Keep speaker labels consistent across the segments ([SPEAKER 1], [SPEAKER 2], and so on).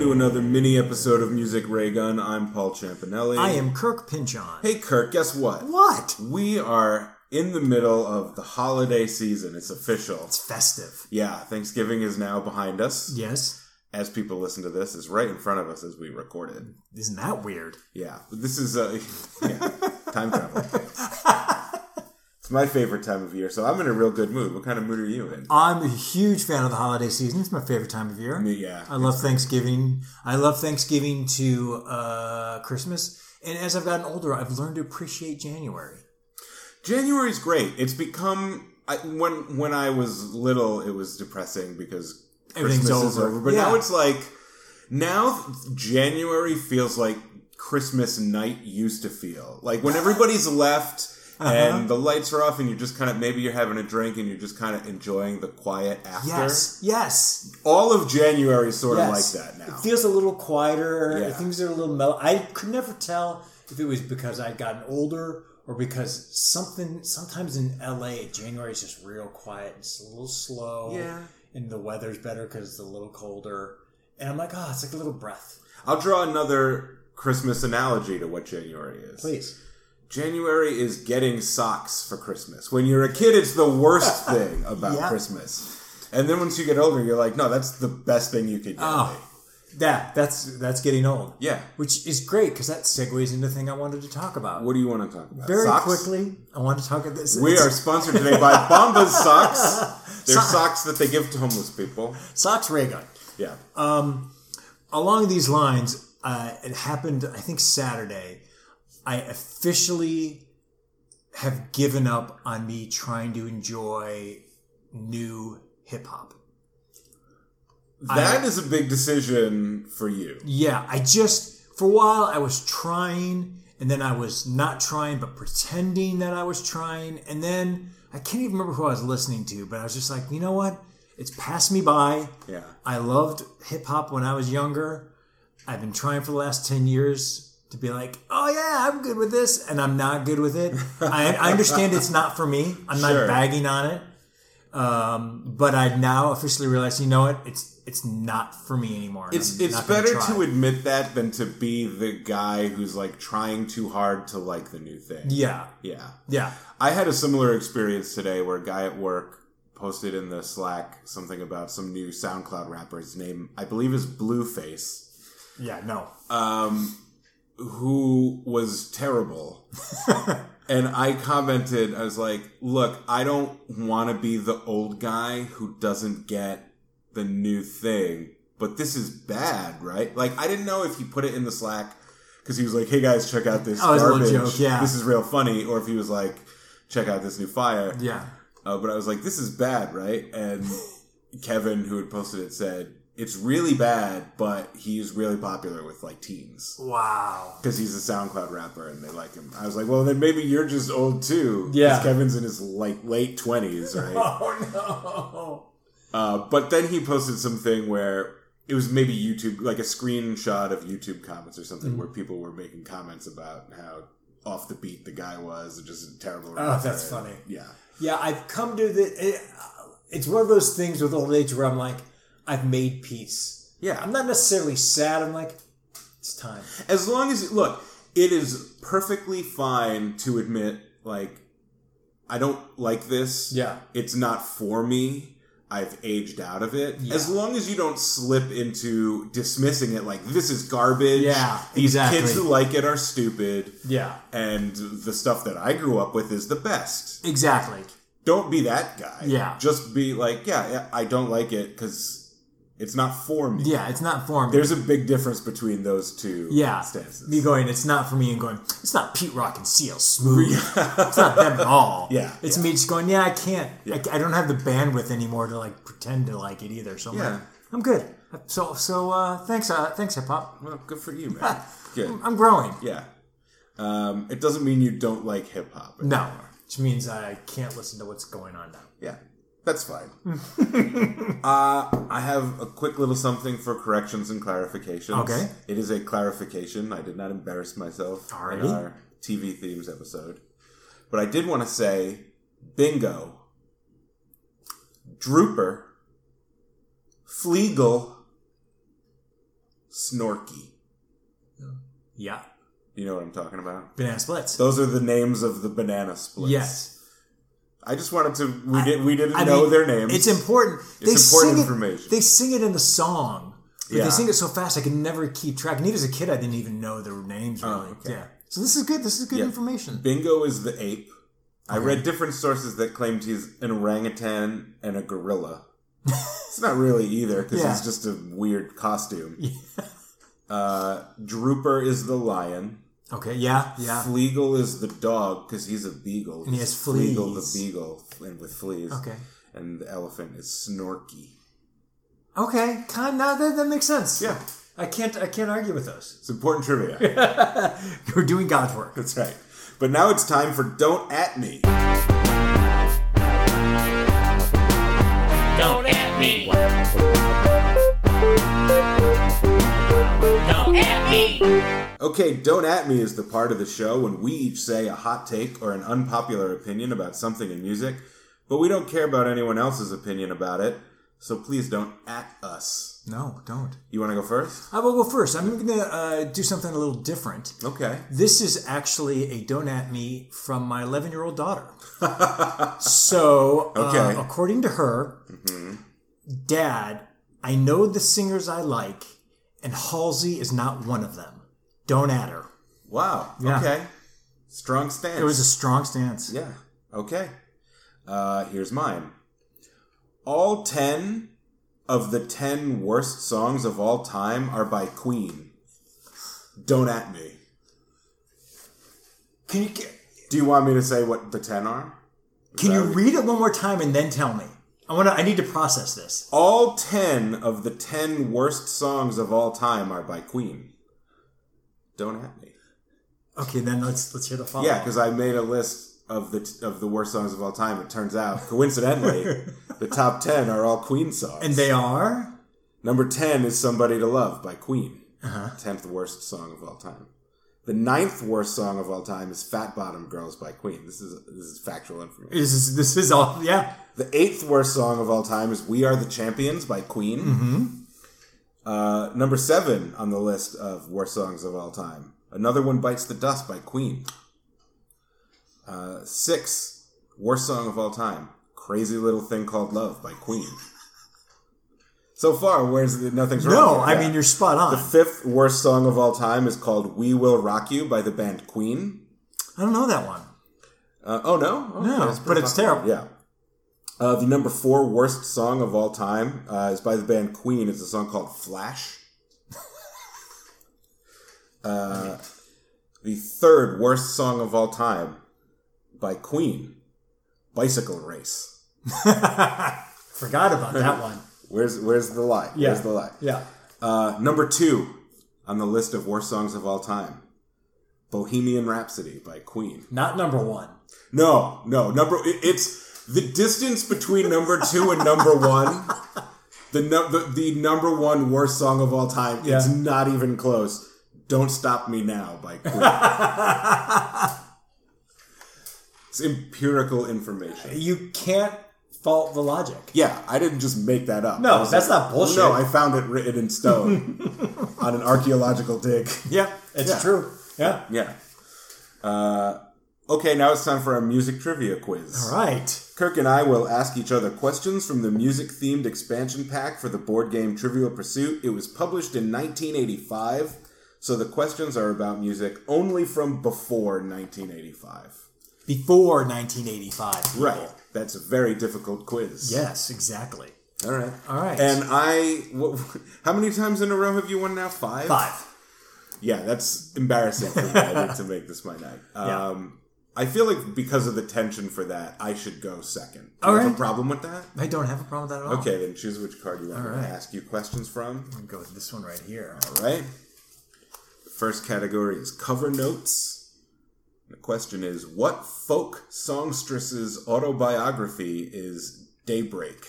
[SPEAKER 1] mini episode of Music Ray Gun. I'm Paul Champanelli.
[SPEAKER 2] I am Kirk Pinchon.
[SPEAKER 1] Hey, Kirk, guess what?
[SPEAKER 2] What?
[SPEAKER 1] We are in the middle of the holiday season. It's official.
[SPEAKER 2] It's festive.
[SPEAKER 1] Yeah, Thanksgiving is now behind us.
[SPEAKER 2] Yes.
[SPEAKER 1] As people listen to this, is right in front of us as we recorded.
[SPEAKER 2] Isn't that weird?
[SPEAKER 1] Yeah, this is uh, yeah, time travel. It's my favorite time of year, so I'm in a real good mood. What kind of mood are you in?
[SPEAKER 2] I'm a huge fan of the holiday season. It's my favorite time of year.
[SPEAKER 1] Me, yeah.
[SPEAKER 2] I love Thanksgiving. I love Thanksgiving to uh, Christmas. And as I've gotten older, I've learned to appreciate January.
[SPEAKER 1] January's great. It's become I, when when I was little, it was depressing because
[SPEAKER 2] Everything's
[SPEAKER 1] Christmas is
[SPEAKER 2] over.
[SPEAKER 1] over. But
[SPEAKER 2] Yeah.
[SPEAKER 1] now it's like now January feels like Christmas night used to feel like when everybody's left. And the lights are off, and you're just kind of maybe you're having a drink, and you're just kind of enjoying the quiet after.
[SPEAKER 2] Yes. Yes.
[SPEAKER 1] All of January is sort
[SPEAKER 2] yes.
[SPEAKER 1] of like that now.
[SPEAKER 2] It feels a little quieter.
[SPEAKER 1] Yeah.
[SPEAKER 2] Things are a little mellow. I could never tell if it was because I'd gotten older or because something. Sometimes in LA, January is just real quiet. It's a little slow.
[SPEAKER 1] Yeah.
[SPEAKER 2] And the weather's better because it's a little colder. And I'm like, oh, it's like a little breath.
[SPEAKER 1] I'll draw another Christmas analogy to what January is.
[SPEAKER 2] Please.
[SPEAKER 1] January is getting socks for Christmas. When you're a kid, it's the worst thing about
[SPEAKER 2] Yeah.
[SPEAKER 1] Christmas. And then once you get older, you're like, no, that's the best thing you could get.
[SPEAKER 2] Oh.
[SPEAKER 1] me.
[SPEAKER 2] That that's that's getting old.
[SPEAKER 1] Yeah.
[SPEAKER 2] Which is great because that segues into the thing I wanted to talk about.
[SPEAKER 1] What do you want to talk about?
[SPEAKER 2] Very
[SPEAKER 1] Socks?
[SPEAKER 2] quickly, I want to talk about this.
[SPEAKER 1] We are sponsored today by Bombas socks. They're
[SPEAKER 2] So-
[SPEAKER 1] socks that they give to homeless people.
[SPEAKER 2] socks ray gun. Um,
[SPEAKER 1] Yeah.
[SPEAKER 2] Along these lines, uh, it happened. I think Saturday. I officially have given up on me trying to enjoy new hip hop.
[SPEAKER 1] that is a big decision for you.
[SPEAKER 2] Yeah, I just for a while I was trying and then I was not trying but pretending that I was trying and then I can't even remember who I was listening to, but I was just like, "You know what? It's passed me by.
[SPEAKER 1] Yeah.
[SPEAKER 2] I loved hip hop when I was younger. I've been trying for the last 10 years to be like, "Oh yeah, I'm good with this," and I'm not good with it. I, I understand it's not for me. I'm
[SPEAKER 1] Sure.
[SPEAKER 2] not bagging on it. Um, but I now officially realize, you know what? It's it's not for me anymore. and
[SPEAKER 1] It's
[SPEAKER 2] I'm
[SPEAKER 1] it's
[SPEAKER 2] not gonna
[SPEAKER 1] better
[SPEAKER 2] try.
[SPEAKER 1] to admit that than to be the guy who's like trying too hard to like the new thing.
[SPEAKER 2] Yeah,
[SPEAKER 1] Yeah.
[SPEAKER 2] yeah.
[SPEAKER 1] I had a similar experience today where a guy at work posted in the Slack something about some new SoundCloud rapper. His name, I believe, is Blueface,
[SPEAKER 2] Yeah, no.
[SPEAKER 1] um, who was terrible. and I commented, I was like, look, I don't want to be the old guy who doesn't get the new thing, but this is bad, right? Like, I didn't know if he put it in the Slack because he was like, hey guys, check out this
[SPEAKER 2] Oh, it's a little
[SPEAKER 1] garbage.
[SPEAKER 2] joke, yeah.
[SPEAKER 1] This is real funny. Or if he was like, check out this new fire.
[SPEAKER 2] yeah.
[SPEAKER 1] Uh, but I was like, this is bad, right? And Kevin, who had posted it, said, it's really bad, but he's really popular with like teens
[SPEAKER 2] Wow.
[SPEAKER 1] because he's a SoundCloud rapper and they like him. I was like, well, then maybe you're just old too. 'cause
[SPEAKER 2] Yeah.
[SPEAKER 1] Kevin's in his like late 20s, right?
[SPEAKER 2] Oh
[SPEAKER 1] uh, but then he posted something where it was maybe YouTube, like a screenshot of YouTube comments or
[SPEAKER 2] Mm-hmm.
[SPEAKER 1] something where people were making comments about how off the beat the guy was and just a terrible rapper.
[SPEAKER 2] Oh, that's funny.
[SPEAKER 1] Yeah.
[SPEAKER 2] Yeah, I've come to the. It, it's one of those things with old age where I'm like, I've made peace.
[SPEAKER 1] Yeah.
[SPEAKER 2] I'm not necessarily sad. I'm like, it's time.
[SPEAKER 1] As long as look, it is perfectly fine to admit like I don't like this.
[SPEAKER 2] Yeah.
[SPEAKER 1] It's not for me. I've aged out of it.
[SPEAKER 2] Yeah.
[SPEAKER 1] As long as you don't slip into dismissing it like this is garbage.
[SPEAKER 2] Yeah,
[SPEAKER 1] These
[SPEAKER 2] exactly.
[SPEAKER 1] kids who like it are stupid
[SPEAKER 2] Yeah,
[SPEAKER 1] and the stuff that I grew up with is the best.
[SPEAKER 2] exactly.
[SPEAKER 1] Don't be that guy.
[SPEAKER 2] Yeah.
[SPEAKER 1] Just be like, yeah, yeah, I don't like it cuz it's not for me.
[SPEAKER 2] Yeah, it's not for me.
[SPEAKER 1] There's a big difference between those two
[SPEAKER 2] yeah,
[SPEAKER 1] stances.
[SPEAKER 2] me going, it's not for me, and going, it's not Pete Rock and CL Smooth. it's not them at all.
[SPEAKER 1] Yeah,
[SPEAKER 2] it's me just going, yeah, I can't. I, I don't have the bandwidth anymore to like pretend to like it either. So I'm
[SPEAKER 1] Yeah.
[SPEAKER 2] like, I'm good. So so uh, thanks uh, thanks hip hop.
[SPEAKER 1] Well, good for you, man. Good.
[SPEAKER 2] I'm growing.
[SPEAKER 1] Yeah. Um, it doesn't mean you don't like hip hop.
[SPEAKER 2] No, which means I can't listen to what's going on now.
[SPEAKER 1] Yeah. That's fine. uh, I have a quick little something for corrections and clarifications.
[SPEAKER 2] Okay.
[SPEAKER 1] It is a clarification. I did not embarrass myself in
[SPEAKER 2] Alrighty.
[SPEAKER 1] our TV themes episode. But I did want to say bingo, drooper, fleagle, Snorky.
[SPEAKER 2] Yeah.
[SPEAKER 1] You know what I'm talking about?
[SPEAKER 2] Banana splits.
[SPEAKER 1] Those are the names of the banana splits.
[SPEAKER 2] Yes.
[SPEAKER 1] I just wanted to. We
[SPEAKER 2] I-
[SPEAKER 1] did. We didn't
[SPEAKER 2] I
[SPEAKER 1] know
[SPEAKER 2] mean,
[SPEAKER 1] their names.
[SPEAKER 2] It's important. They
[SPEAKER 1] It's important
[SPEAKER 2] sing
[SPEAKER 1] information.
[SPEAKER 2] It, they sing it in the song, but
[SPEAKER 1] Yeah.
[SPEAKER 2] they sing it so fast I can never keep track. And even as a kid, I didn't even know their names really.
[SPEAKER 1] okay.
[SPEAKER 2] Yeah. So this is good. This is good
[SPEAKER 1] Yeah.
[SPEAKER 2] information.
[SPEAKER 1] Bingo is the ape. I read different sources that claimed he's an orangutan and a gorilla. it's not really either because
[SPEAKER 2] Yeah.
[SPEAKER 1] he's just a weird costume. Uh, Drooper is the lion.
[SPEAKER 2] Okay. Yeah. Yeah.
[SPEAKER 1] Fleagle is the dog because he's a beagle.
[SPEAKER 2] And he has
[SPEAKER 1] Fleagle the
[SPEAKER 2] fleas.
[SPEAKER 1] beagle and with fleas.
[SPEAKER 2] Okay.
[SPEAKER 1] And the elephant is Snorky.
[SPEAKER 2] Okay. Kind. Now that, that makes sense.
[SPEAKER 1] Yeah,
[SPEAKER 2] I can't. I can't argue with those.
[SPEAKER 1] it's important trivia.
[SPEAKER 2] We're doing God's work.
[SPEAKER 1] That's right. But now it's time for Don't At Me.
[SPEAKER 3] Don't at me. Don't at me.
[SPEAKER 1] Okay, Don't At Me is the part of the show when we each say a hot take or an unpopular opinion about something in music, but we don't care about anyone else's opinion about it, so please don't at us.
[SPEAKER 2] No, don't.
[SPEAKER 1] You want to go first?
[SPEAKER 2] I will go first. I'm going to uh, do something a little different.
[SPEAKER 1] Okay.
[SPEAKER 2] This is actually a don't at me from my 11 year old daughter.
[SPEAKER 1] Mm-hmm.
[SPEAKER 2] so, uh,
[SPEAKER 1] Okay.
[SPEAKER 2] according to her, Dad, I know the singers I like, and Halsey is not one of them. Don't at her.
[SPEAKER 1] Wow.
[SPEAKER 2] Yeah.
[SPEAKER 1] Okay. Strong stance.
[SPEAKER 2] It was a strong stance.
[SPEAKER 1] Yeah. Okay. Uh, here's mine. All 10 of the 10 worst songs of all time are by Queen. Don't at me.
[SPEAKER 2] Can you ca-
[SPEAKER 1] Do you want me to say what the 10 are?
[SPEAKER 2] can you
[SPEAKER 1] That would-
[SPEAKER 2] read it one more time and then tell me? I want to. I need to process this.
[SPEAKER 1] All 10 of the 10 worst songs of all time are by Queen. Don't at me.
[SPEAKER 2] Okay, then let's let's hear the follow.
[SPEAKER 1] Yeah, because I made a list of the of the worst songs of all time. It turns out, coincidentally, the top 10 are all Queen songs.
[SPEAKER 2] and they are.
[SPEAKER 1] Number 10 is Somebody to Love by Queen.
[SPEAKER 2] Uh-huh.
[SPEAKER 1] 10th worst song of all time. The ninth worst song of all time is Fat Bottom Girls by Queen. This is this is factual information.
[SPEAKER 2] This is this is all. Yeah.
[SPEAKER 1] The eighth worst song of all time is We Are the Champions by Queen. Mm-hmm. Uh, number seven on the list of worst songs of all time. Another One Bites the Dust by Queen. Uh, six, worst song of all time. Crazy Little Thing Called Love by Queen. So far, where's the, nothing's wrong?
[SPEAKER 2] No,
[SPEAKER 1] here.
[SPEAKER 2] I
[SPEAKER 1] Yeah.
[SPEAKER 2] mean you're spot on.
[SPEAKER 1] The fifth worst song of all time is called "We Will Rock You" by the band Queen.
[SPEAKER 2] I don't know that one.
[SPEAKER 1] Uh, oh no, Oh,
[SPEAKER 2] No,
[SPEAKER 1] that's
[SPEAKER 2] but
[SPEAKER 1] pretty
[SPEAKER 2] it's
[SPEAKER 1] popular.
[SPEAKER 2] terrible.
[SPEAKER 1] Yeah. Uh, the number four worst song of all time uh, is by the band Queen. It's a song called "Flash." uh, the third worst song of all time by Queen, "Bicycle Race."
[SPEAKER 2] Forgot about that one.
[SPEAKER 1] Where's where's the lie?
[SPEAKER 2] Yeah.
[SPEAKER 1] Where's the lie?
[SPEAKER 2] Yeah.
[SPEAKER 1] Uh, number two on the list of worst songs of all time Bohemian Rhapsody by Queen.
[SPEAKER 2] Not number one.
[SPEAKER 1] No, no, number, it- it's the distance between number two and number one. The, num- the, the number one worst song of all time. It's
[SPEAKER 2] Yeah.
[SPEAKER 1] not even close. Don't Stop Me Now by Queen. it's empirical information.
[SPEAKER 2] You can't fault the logic.
[SPEAKER 1] Yeah, I didn't just make that up.
[SPEAKER 2] No,
[SPEAKER 1] I was
[SPEAKER 2] that's not bullshit.
[SPEAKER 1] No, I found it written in stone on an archaeological dig.
[SPEAKER 2] Yeah, it's
[SPEAKER 1] Yeah.
[SPEAKER 2] true. Yeah.
[SPEAKER 1] Yeah. Uh, okay, now it's time for our music trivia quiz.
[SPEAKER 2] All right.
[SPEAKER 1] Kirk and I will ask each other questions from the music themed expansion pack for the board game Trivial Pursuit. It was published in 1985, so the questions are about music only from before 1985.
[SPEAKER 2] Before 1985. people.
[SPEAKER 1] Right. That's a very difficult quiz.
[SPEAKER 2] Yes, exactly.
[SPEAKER 1] All right.
[SPEAKER 2] All right.
[SPEAKER 1] And I, wha- how many times in a row have you won now? Five.
[SPEAKER 2] Five.
[SPEAKER 1] Yeah, that's embarrassing for me. I need to make this my night.
[SPEAKER 2] Yeah.
[SPEAKER 1] Um, I feel like because of the tension for that, I should go second. Do
[SPEAKER 2] All
[SPEAKER 1] you have a
[SPEAKER 2] right.
[SPEAKER 1] problem with that?
[SPEAKER 2] I don't have a problem with that at all.
[SPEAKER 1] Okay, then choose which card you want me
[SPEAKER 2] right.
[SPEAKER 1] to ask you questions from.
[SPEAKER 2] I'm gonna go with this one right here.
[SPEAKER 1] All right. The first category is cover notes. The question is what folk songstress's autobiography is Daybreak?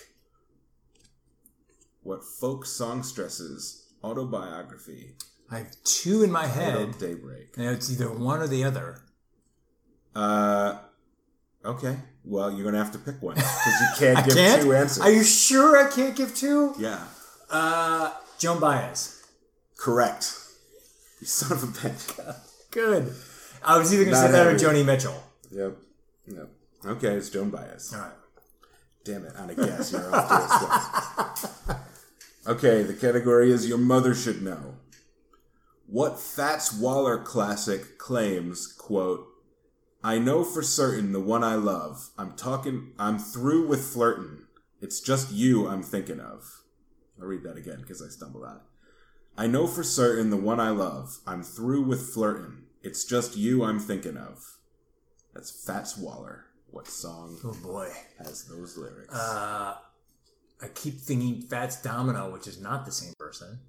[SPEAKER 1] What folk songstress's autobiography
[SPEAKER 2] I have two in my head.
[SPEAKER 1] titled Daybreak?
[SPEAKER 2] Now it's either one or the other.
[SPEAKER 1] Uh, okay. Well, you're gonna have to pick one because you can't
[SPEAKER 2] I
[SPEAKER 1] give
[SPEAKER 2] can't.
[SPEAKER 1] two answers.
[SPEAKER 2] Are you sure I can't give two?
[SPEAKER 1] yeah.
[SPEAKER 2] Uh, Joan Baez.
[SPEAKER 1] Correct. You son of a bitch.
[SPEAKER 2] Good. I was either going to say
[SPEAKER 1] Not
[SPEAKER 2] that or
[SPEAKER 1] happy.
[SPEAKER 2] Joni Mitchell.
[SPEAKER 1] Yep. Yep. Okay, it's Joan Baez.
[SPEAKER 2] All right.
[SPEAKER 1] Damn it, on a guess, you're off to a start. Okay, the category is Your Mother Should Know. What Fats Waller classic claims, quote, I know for certain the one I love. I'm talking, I'm through with flirtin'. It's just you I'm thinking of. I'll read that again because I stumbled on it. I know for certain the one I love. I'm through with flirtin'. It's just you I'm thinking of. That's Fats Waller. What song
[SPEAKER 2] Oh boy.
[SPEAKER 1] has those lyrics?
[SPEAKER 2] Uh, I keep thinking Fats Domino, which is not the same person,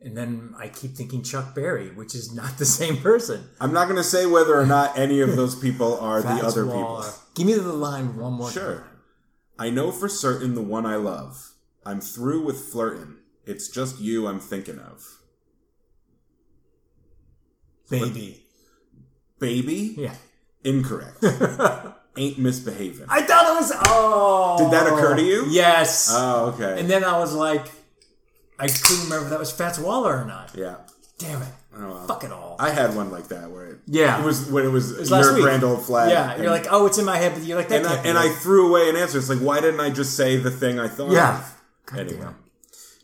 [SPEAKER 2] and then I keep thinking Chuck Berry, which is not the same person.
[SPEAKER 1] I'm not going to say whether or not any of those people are the
[SPEAKER 2] Fats
[SPEAKER 1] other
[SPEAKER 2] Waller.
[SPEAKER 1] people.
[SPEAKER 2] Give me the line one more
[SPEAKER 1] Sure.
[SPEAKER 2] time.
[SPEAKER 1] I know for certain the one I love. I'm through with flirtin'. It's just you I'm thinking of.
[SPEAKER 2] Baby.
[SPEAKER 1] Baby?
[SPEAKER 2] Yeah.
[SPEAKER 1] Incorrect. Ain't misbehaving.
[SPEAKER 2] I thought it was. Oh.
[SPEAKER 1] Did that occur to you?
[SPEAKER 2] Yes.
[SPEAKER 1] oh, okay.
[SPEAKER 2] and then I was like, I couldn't remember if that was Fats Waller or not.
[SPEAKER 1] yeah.
[SPEAKER 2] Damn it.
[SPEAKER 1] Oh, well.
[SPEAKER 2] Fuck it all.
[SPEAKER 1] I had one like that where it,
[SPEAKER 2] Yeah.
[SPEAKER 1] it was when it was,
[SPEAKER 2] was
[SPEAKER 1] your
[SPEAKER 2] last week.
[SPEAKER 1] grand old flag.
[SPEAKER 2] yeah.
[SPEAKER 1] and,
[SPEAKER 2] You're like, oh, it's in my head, but you're like, that
[SPEAKER 1] and, I,
[SPEAKER 2] can't be
[SPEAKER 1] and I
[SPEAKER 2] right.
[SPEAKER 1] threw away an answer. It's like, why didn't I just say the thing I thought?
[SPEAKER 2] Yeah.
[SPEAKER 1] of?
[SPEAKER 2] God
[SPEAKER 1] anyway.
[SPEAKER 2] damn.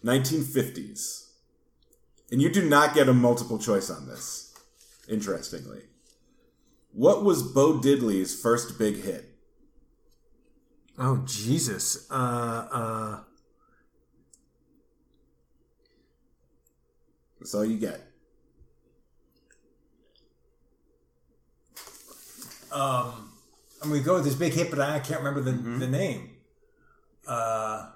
[SPEAKER 1] 1950s. And you do not get a multiple choice on this, interestingly. What was Bo Diddley's first big hit?
[SPEAKER 2] Oh Jesus. Uh uh
[SPEAKER 1] That's all you get.
[SPEAKER 2] um and we go with this big hit, but I can't remember the, the name. Uh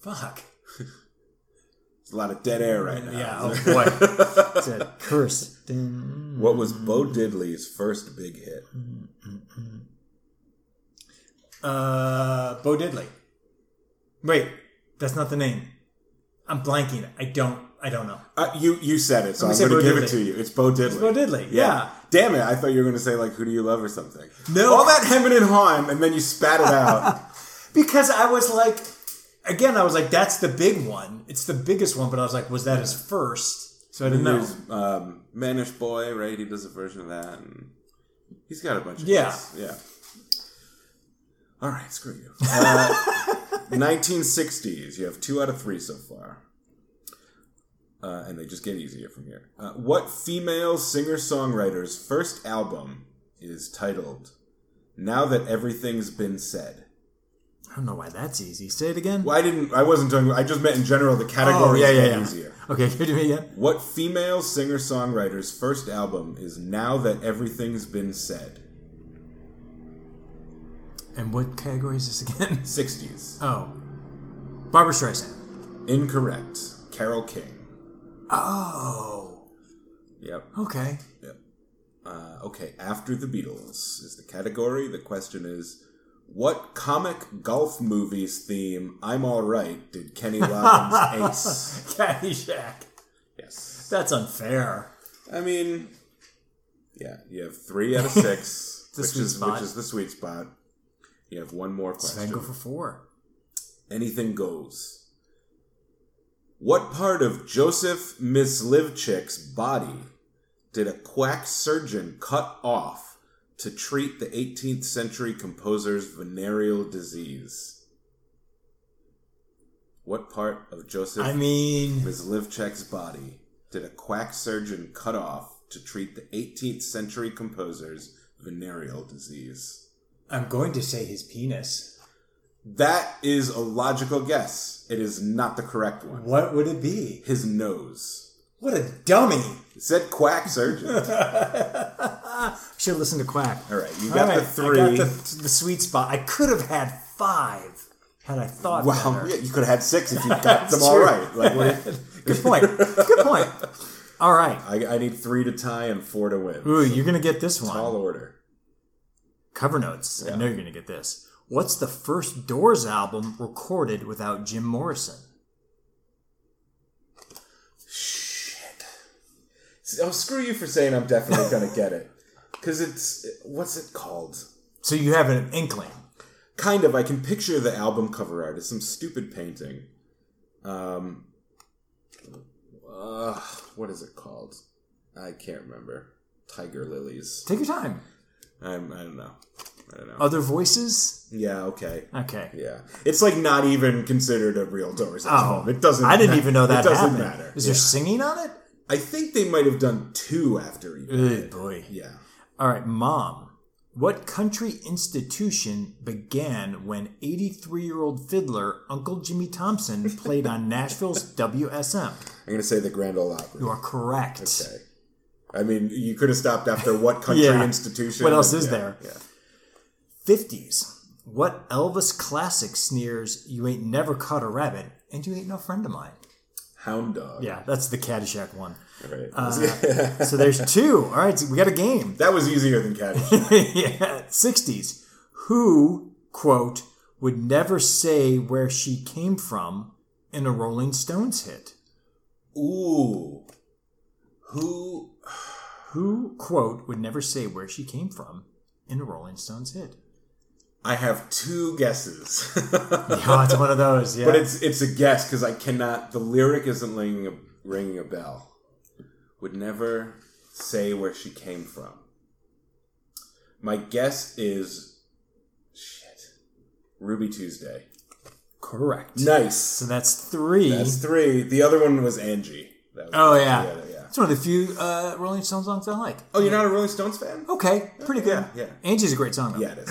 [SPEAKER 2] fuck.
[SPEAKER 1] There's a lot of dead air right now.
[SPEAKER 2] Yeah, oh boy. it's a curse. Dun.
[SPEAKER 1] What was Bo Diddley's first big hit?
[SPEAKER 2] Uh Bo Diddley. Wait, that's not the name. I'm blanking. I don't I don't know.
[SPEAKER 1] Uh, you you said it, so
[SPEAKER 2] Let
[SPEAKER 1] I'm
[SPEAKER 2] me say
[SPEAKER 1] going to
[SPEAKER 2] Bo
[SPEAKER 1] give it
[SPEAKER 2] Diddley.
[SPEAKER 1] to you. It's Bo Diddley.
[SPEAKER 2] Bo Diddley, yeah.
[SPEAKER 1] Damn it! I thought you were going to say like "Who Do You Love" or something.
[SPEAKER 2] No.
[SPEAKER 1] All that hemming and hawing, and then you spat it out.
[SPEAKER 2] Because I was like again, I was like, that's the big one. It's the biggest one, but I was like, was that his first? So I didn't know.
[SPEAKER 1] There's um, Manish Boy, right? He does a version of that, and he's got a bunch of
[SPEAKER 2] Yeah.
[SPEAKER 1] hits. yeah. All right, screw you. Uh, 1960s. You have two out of three so far, uh, and they just get easier from here. Uh, what female singer-songwriter's first album is titled "Now That Everything's Been Said"?
[SPEAKER 2] I don't know why that's easy. Say it again.
[SPEAKER 1] Well, I didn't. I wasn't talking. I just meant in general. The category
[SPEAKER 2] Oh, yeah, yeah,
[SPEAKER 1] get
[SPEAKER 2] yeah.
[SPEAKER 1] easier.
[SPEAKER 2] Okay, can you do it again?
[SPEAKER 1] What female singer songwriter's first album is Now That Everything's Been Said?
[SPEAKER 2] And what category is this again?
[SPEAKER 1] 60s.
[SPEAKER 2] Oh, Barbara Streisand.
[SPEAKER 1] Incorrect. Carol King.
[SPEAKER 2] Oh,
[SPEAKER 1] Yep.
[SPEAKER 2] okay.
[SPEAKER 1] Yep. Uh, okay, After the Beatles is the category. The question is What comic golf movie's theme, I'm Alright, did Kenny Loggins ace?
[SPEAKER 2] Caddyshack.
[SPEAKER 1] Yes.
[SPEAKER 2] That's unfair.
[SPEAKER 1] I mean, yeah, you have three out of six,
[SPEAKER 2] The
[SPEAKER 1] which,
[SPEAKER 2] sweet
[SPEAKER 1] is,
[SPEAKER 2] spot.
[SPEAKER 1] which is the sweet spot. You have one more
[SPEAKER 2] So
[SPEAKER 1] question.
[SPEAKER 2] then go for four.
[SPEAKER 1] anything goes. What part of Joseph Mislivchik's body did a quack surgeon cut off to treat the 18th century composer's venereal disease? What part of Joseph
[SPEAKER 2] I mean,
[SPEAKER 1] Mislivchik's body did a quack surgeon cut off to treat the 18th century composer's venereal disease?
[SPEAKER 2] I'm going to say his penis.
[SPEAKER 1] That is a logical guess. It is not the correct one.
[SPEAKER 2] What would it be?
[SPEAKER 1] His nose.
[SPEAKER 2] What a dummy.
[SPEAKER 1] It said quack surgeon.
[SPEAKER 2] Should listen to Quack.
[SPEAKER 1] All right, you got
[SPEAKER 2] All
[SPEAKER 1] the
[SPEAKER 2] right,
[SPEAKER 1] three.
[SPEAKER 2] I got the, the sweet spot. I could have had five had I thought
[SPEAKER 1] wow,
[SPEAKER 2] better.
[SPEAKER 1] yeah, you could have had six if you got them
[SPEAKER 2] That's
[SPEAKER 1] all
[SPEAKER 2] true.
[SPEAKER 1] right. Like, what do you-
[SPEAKER 2] Good point. Good point. All right.
[SPEAKER 1] I, I need three to tie and four to win.
[SPEAKER 2] Ooh, you're gonna get this
[SPEAKER 1] Tall
[SPEAKER 2] one.
[SPEAKER 1] order.
[SPEAKER 2] Cover notes. I know you're gonna get this. What's the first Doors album recorded without Jim Morrison?
[SPEAKER 1] Oh, screw you for saying I'm definitely gonna get it because it's what's it called?
[SPEAKER 2] So you have an inkling.
[SPEAKER 1] Kind of. I can picture the album cover art. It's some stupid painting. Um, uh, what is it called? I can't remember. Tiger Lilies.
[SPEAKER 2] Take your time.
[SPEAKER 1] I'm, I don't know. I don't know.
[SPEAKER 2] Other voices?
[SPEAKER 1] yeah, okay.
[SPEAKER 2] Okay.
[SPEAKER 1] Yeah. It's like not even considered a real Doors
[SPEAKER 2] Oh,
[SPEAKER 1] album. it doesn't
[SPEAKER 2] I didn't
[SPEAKER 1] ma-
[SPEAKER 2] even know that
[SPEAKER 1] It doesn't
[SPEAKER 2] happened.
[SPEAKER 1] matter.
[SPEAKER 2] Is
[SPEAKER 1] Yeah.
[SPEAKER 2] there singing on it?
[SPEAKER 1] I think they might have done two after even.
[SPEAKER 2] Ugh, boy.
[SPEAKER 1] Yeah.
[SPEAKER 2] All right, mom. What country institution began when 83 year old fiddler Uncle Jimmy Thompson played on Nashville's WSM?
[SPEAKER 1] I'm going to say the Grand Ole Opry.
[SPEAKER 2] You are correct.
[SPEAKER 1] Okay. I mean, you could have stopped after what country
[SPEAKER 2] Yeah.
[SPEAKER 1] institution?
[SPEAKER 2] What else is
[SPEAKER 1] Yeah,
[SPEAKER 2] there?
[SPEAKER 1] Yeah.
[SPEAKER 2] 50s. What Elvis classic sneers, You Ain't Never Caught a Rabbit, and You Ain't No Friend of Mine?
[SPEAKER 1] Hound Dog.
[SPEAKER 2] Yeah, Uh, that's the Caddyshack one.
[SPEAKER 1] Right.
[SPEAKER 2] So there's two. All right, so we got a game.
[SPEAKER 1] that was easier than Caddyshack.
[SPEAKER 2] yeah, 60s. Who, quote, would never say where she came from in a Rolling Stones hit?
[SPEAKER 1] Ooh. Who?
[SPEAKER 2] Who, quote, would never say where she came from in a Rolling Stones hit?
[SPEAKER 1] I have two guesses.
[SPEAKER 2] Yeah, it's one of those. Yeah.
[SPEAKER 1] But it's it's a guess because I cannot. The lyric isn't ringing a, ringing a bell. Would never say where she came from. My guess is shit. Ruby Tuesday.
[SPEAKER 2] correct. So
[SPEAKER 1] Nice.
[SPEAKER 2] that's three.
[SPEAKER 1] That's three. The other one was Angie. That was
[SPEAKER 2] Oh, yeah.
[SPEAKER 1] the other, yeah.
[SPEAKER 2] It's one of the few uh, Rolling Stones songs I like.
[SPEAKER 1] Oh, you're not a Rolling Stones fan?
[SPEAKER 2] Okay, Oh, pretty good.
[SPEAKER 1] Yeah, yeah.
[SPEAKER 2] Angie's a great song. Though.
[SPEAKER 1] Yeah, it is.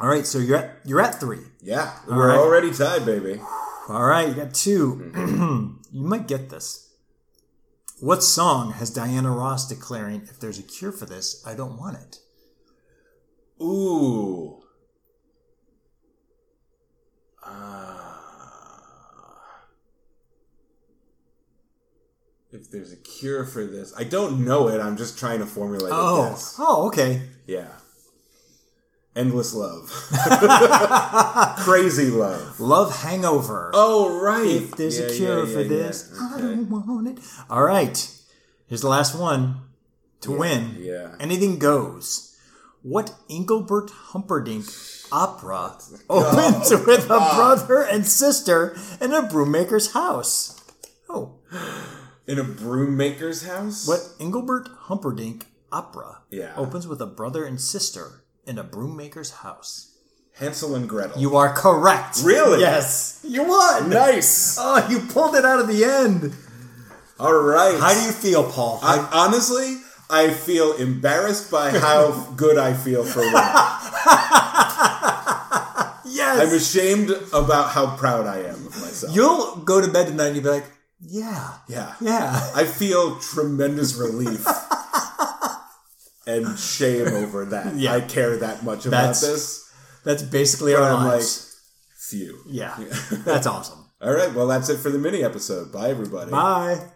[SPEAKER 2] All right, so you're at you're at three.
[SPEAKER 1] Yeah, we're
[SPEAKER 2] right.
[SPEAKER 1] already tied, baby.
[SPEAKER 2] All right, you got 2
[SPEAKER 1] Mm-hmm.
[SPEAKER 2] you might get this. What song has Diana Ross declaring, if there's a cure for this, I don't want it?
[SPEAKER 1] Ooh. Ah. if there's a cure for this, I don't know it. I'm just trying to formulate a
[SPEAKER 2] Oh,
[SPEAKER 1] guess.
[SPEAKER 2] oh, okay.
[SPEAKER 1] Yeah. Endless love. Crazy love.
[SPEAKER 2] Love Hangover.
[SPEAKER 1] Oh, right.
[SPEAKER 2] if there's a
[SPEAKER 1] Yeah,
[SPEAKER 2] cure
[SPEAKER 1] yeah,
[SPEAKER 2] for
[SPEAKER 1] yeah, yeah.
[SPEAKER 2] this, I
[SPEAKER 1] Okay.
[SPEAKER 2] don't want it. All right, here's the last one to win.
[SPEAKER 1] yeah.
[SPEAKER 2] Anything goes. What Engelbert Humperdinck opera opens with a
[SPEAKER 1] Ah.
[SPEAKER 2] brother and sister in a broommaker's house? Oh.
[SPEAKER 1] In a broom maker's house?
[SPEAKER 2] What Engelbert Humperdinck opera
[SPEAKER 1] Yeah.
[SPEAKER 2] opens with a brother and sister in a broommaker's house?
[SPEAKER 1] Hansel and Gretel.
[SPEAKER 2] You are correct.
[SPEAKER 1] Really?
[SPEAKER 2] Yes. You won.
[SPEAKER 1] nice.
[SPEAKER 2] Oh, you pulled it out of the end.
[SPEAKER 1] All right.
[SPEAKER 2] How do you feel, Paul?
[SPEAKER 1] I honestly, I feel embarrassed by how good I feel for winning.
[SPEAKER 2] yes.
[SPEAKER 1] I'm ashamed about how proud I am of myself.
[SPEAKER 2] You'll go to bed tonight and you'll be like, yeah,
[SPEAKER 1] yeah.
[SPEAKER 2] yeah.
[SPEAKER 1] I feel tremendous relief and shame over that.
[SPEAKER 2] Yeah.
[SPEAKER 1] I care that much about
[SPEAKER 2] That's-
[SPEAKER 1] this.
[SPEAKER 2] That's basically
[SPEAKER 1] But
[SPEAKER 2] our
[SPEAKER 1] I'm
[SPEAKER 2] lives.
[SPEAKER 1] like, phew.
[SPEAKER 2] yeah. That's awesome.
[SPEAKER 1] All right. Well, that's it for the mini episode. Bye, everybody.
[SPEAKER 2] Bye.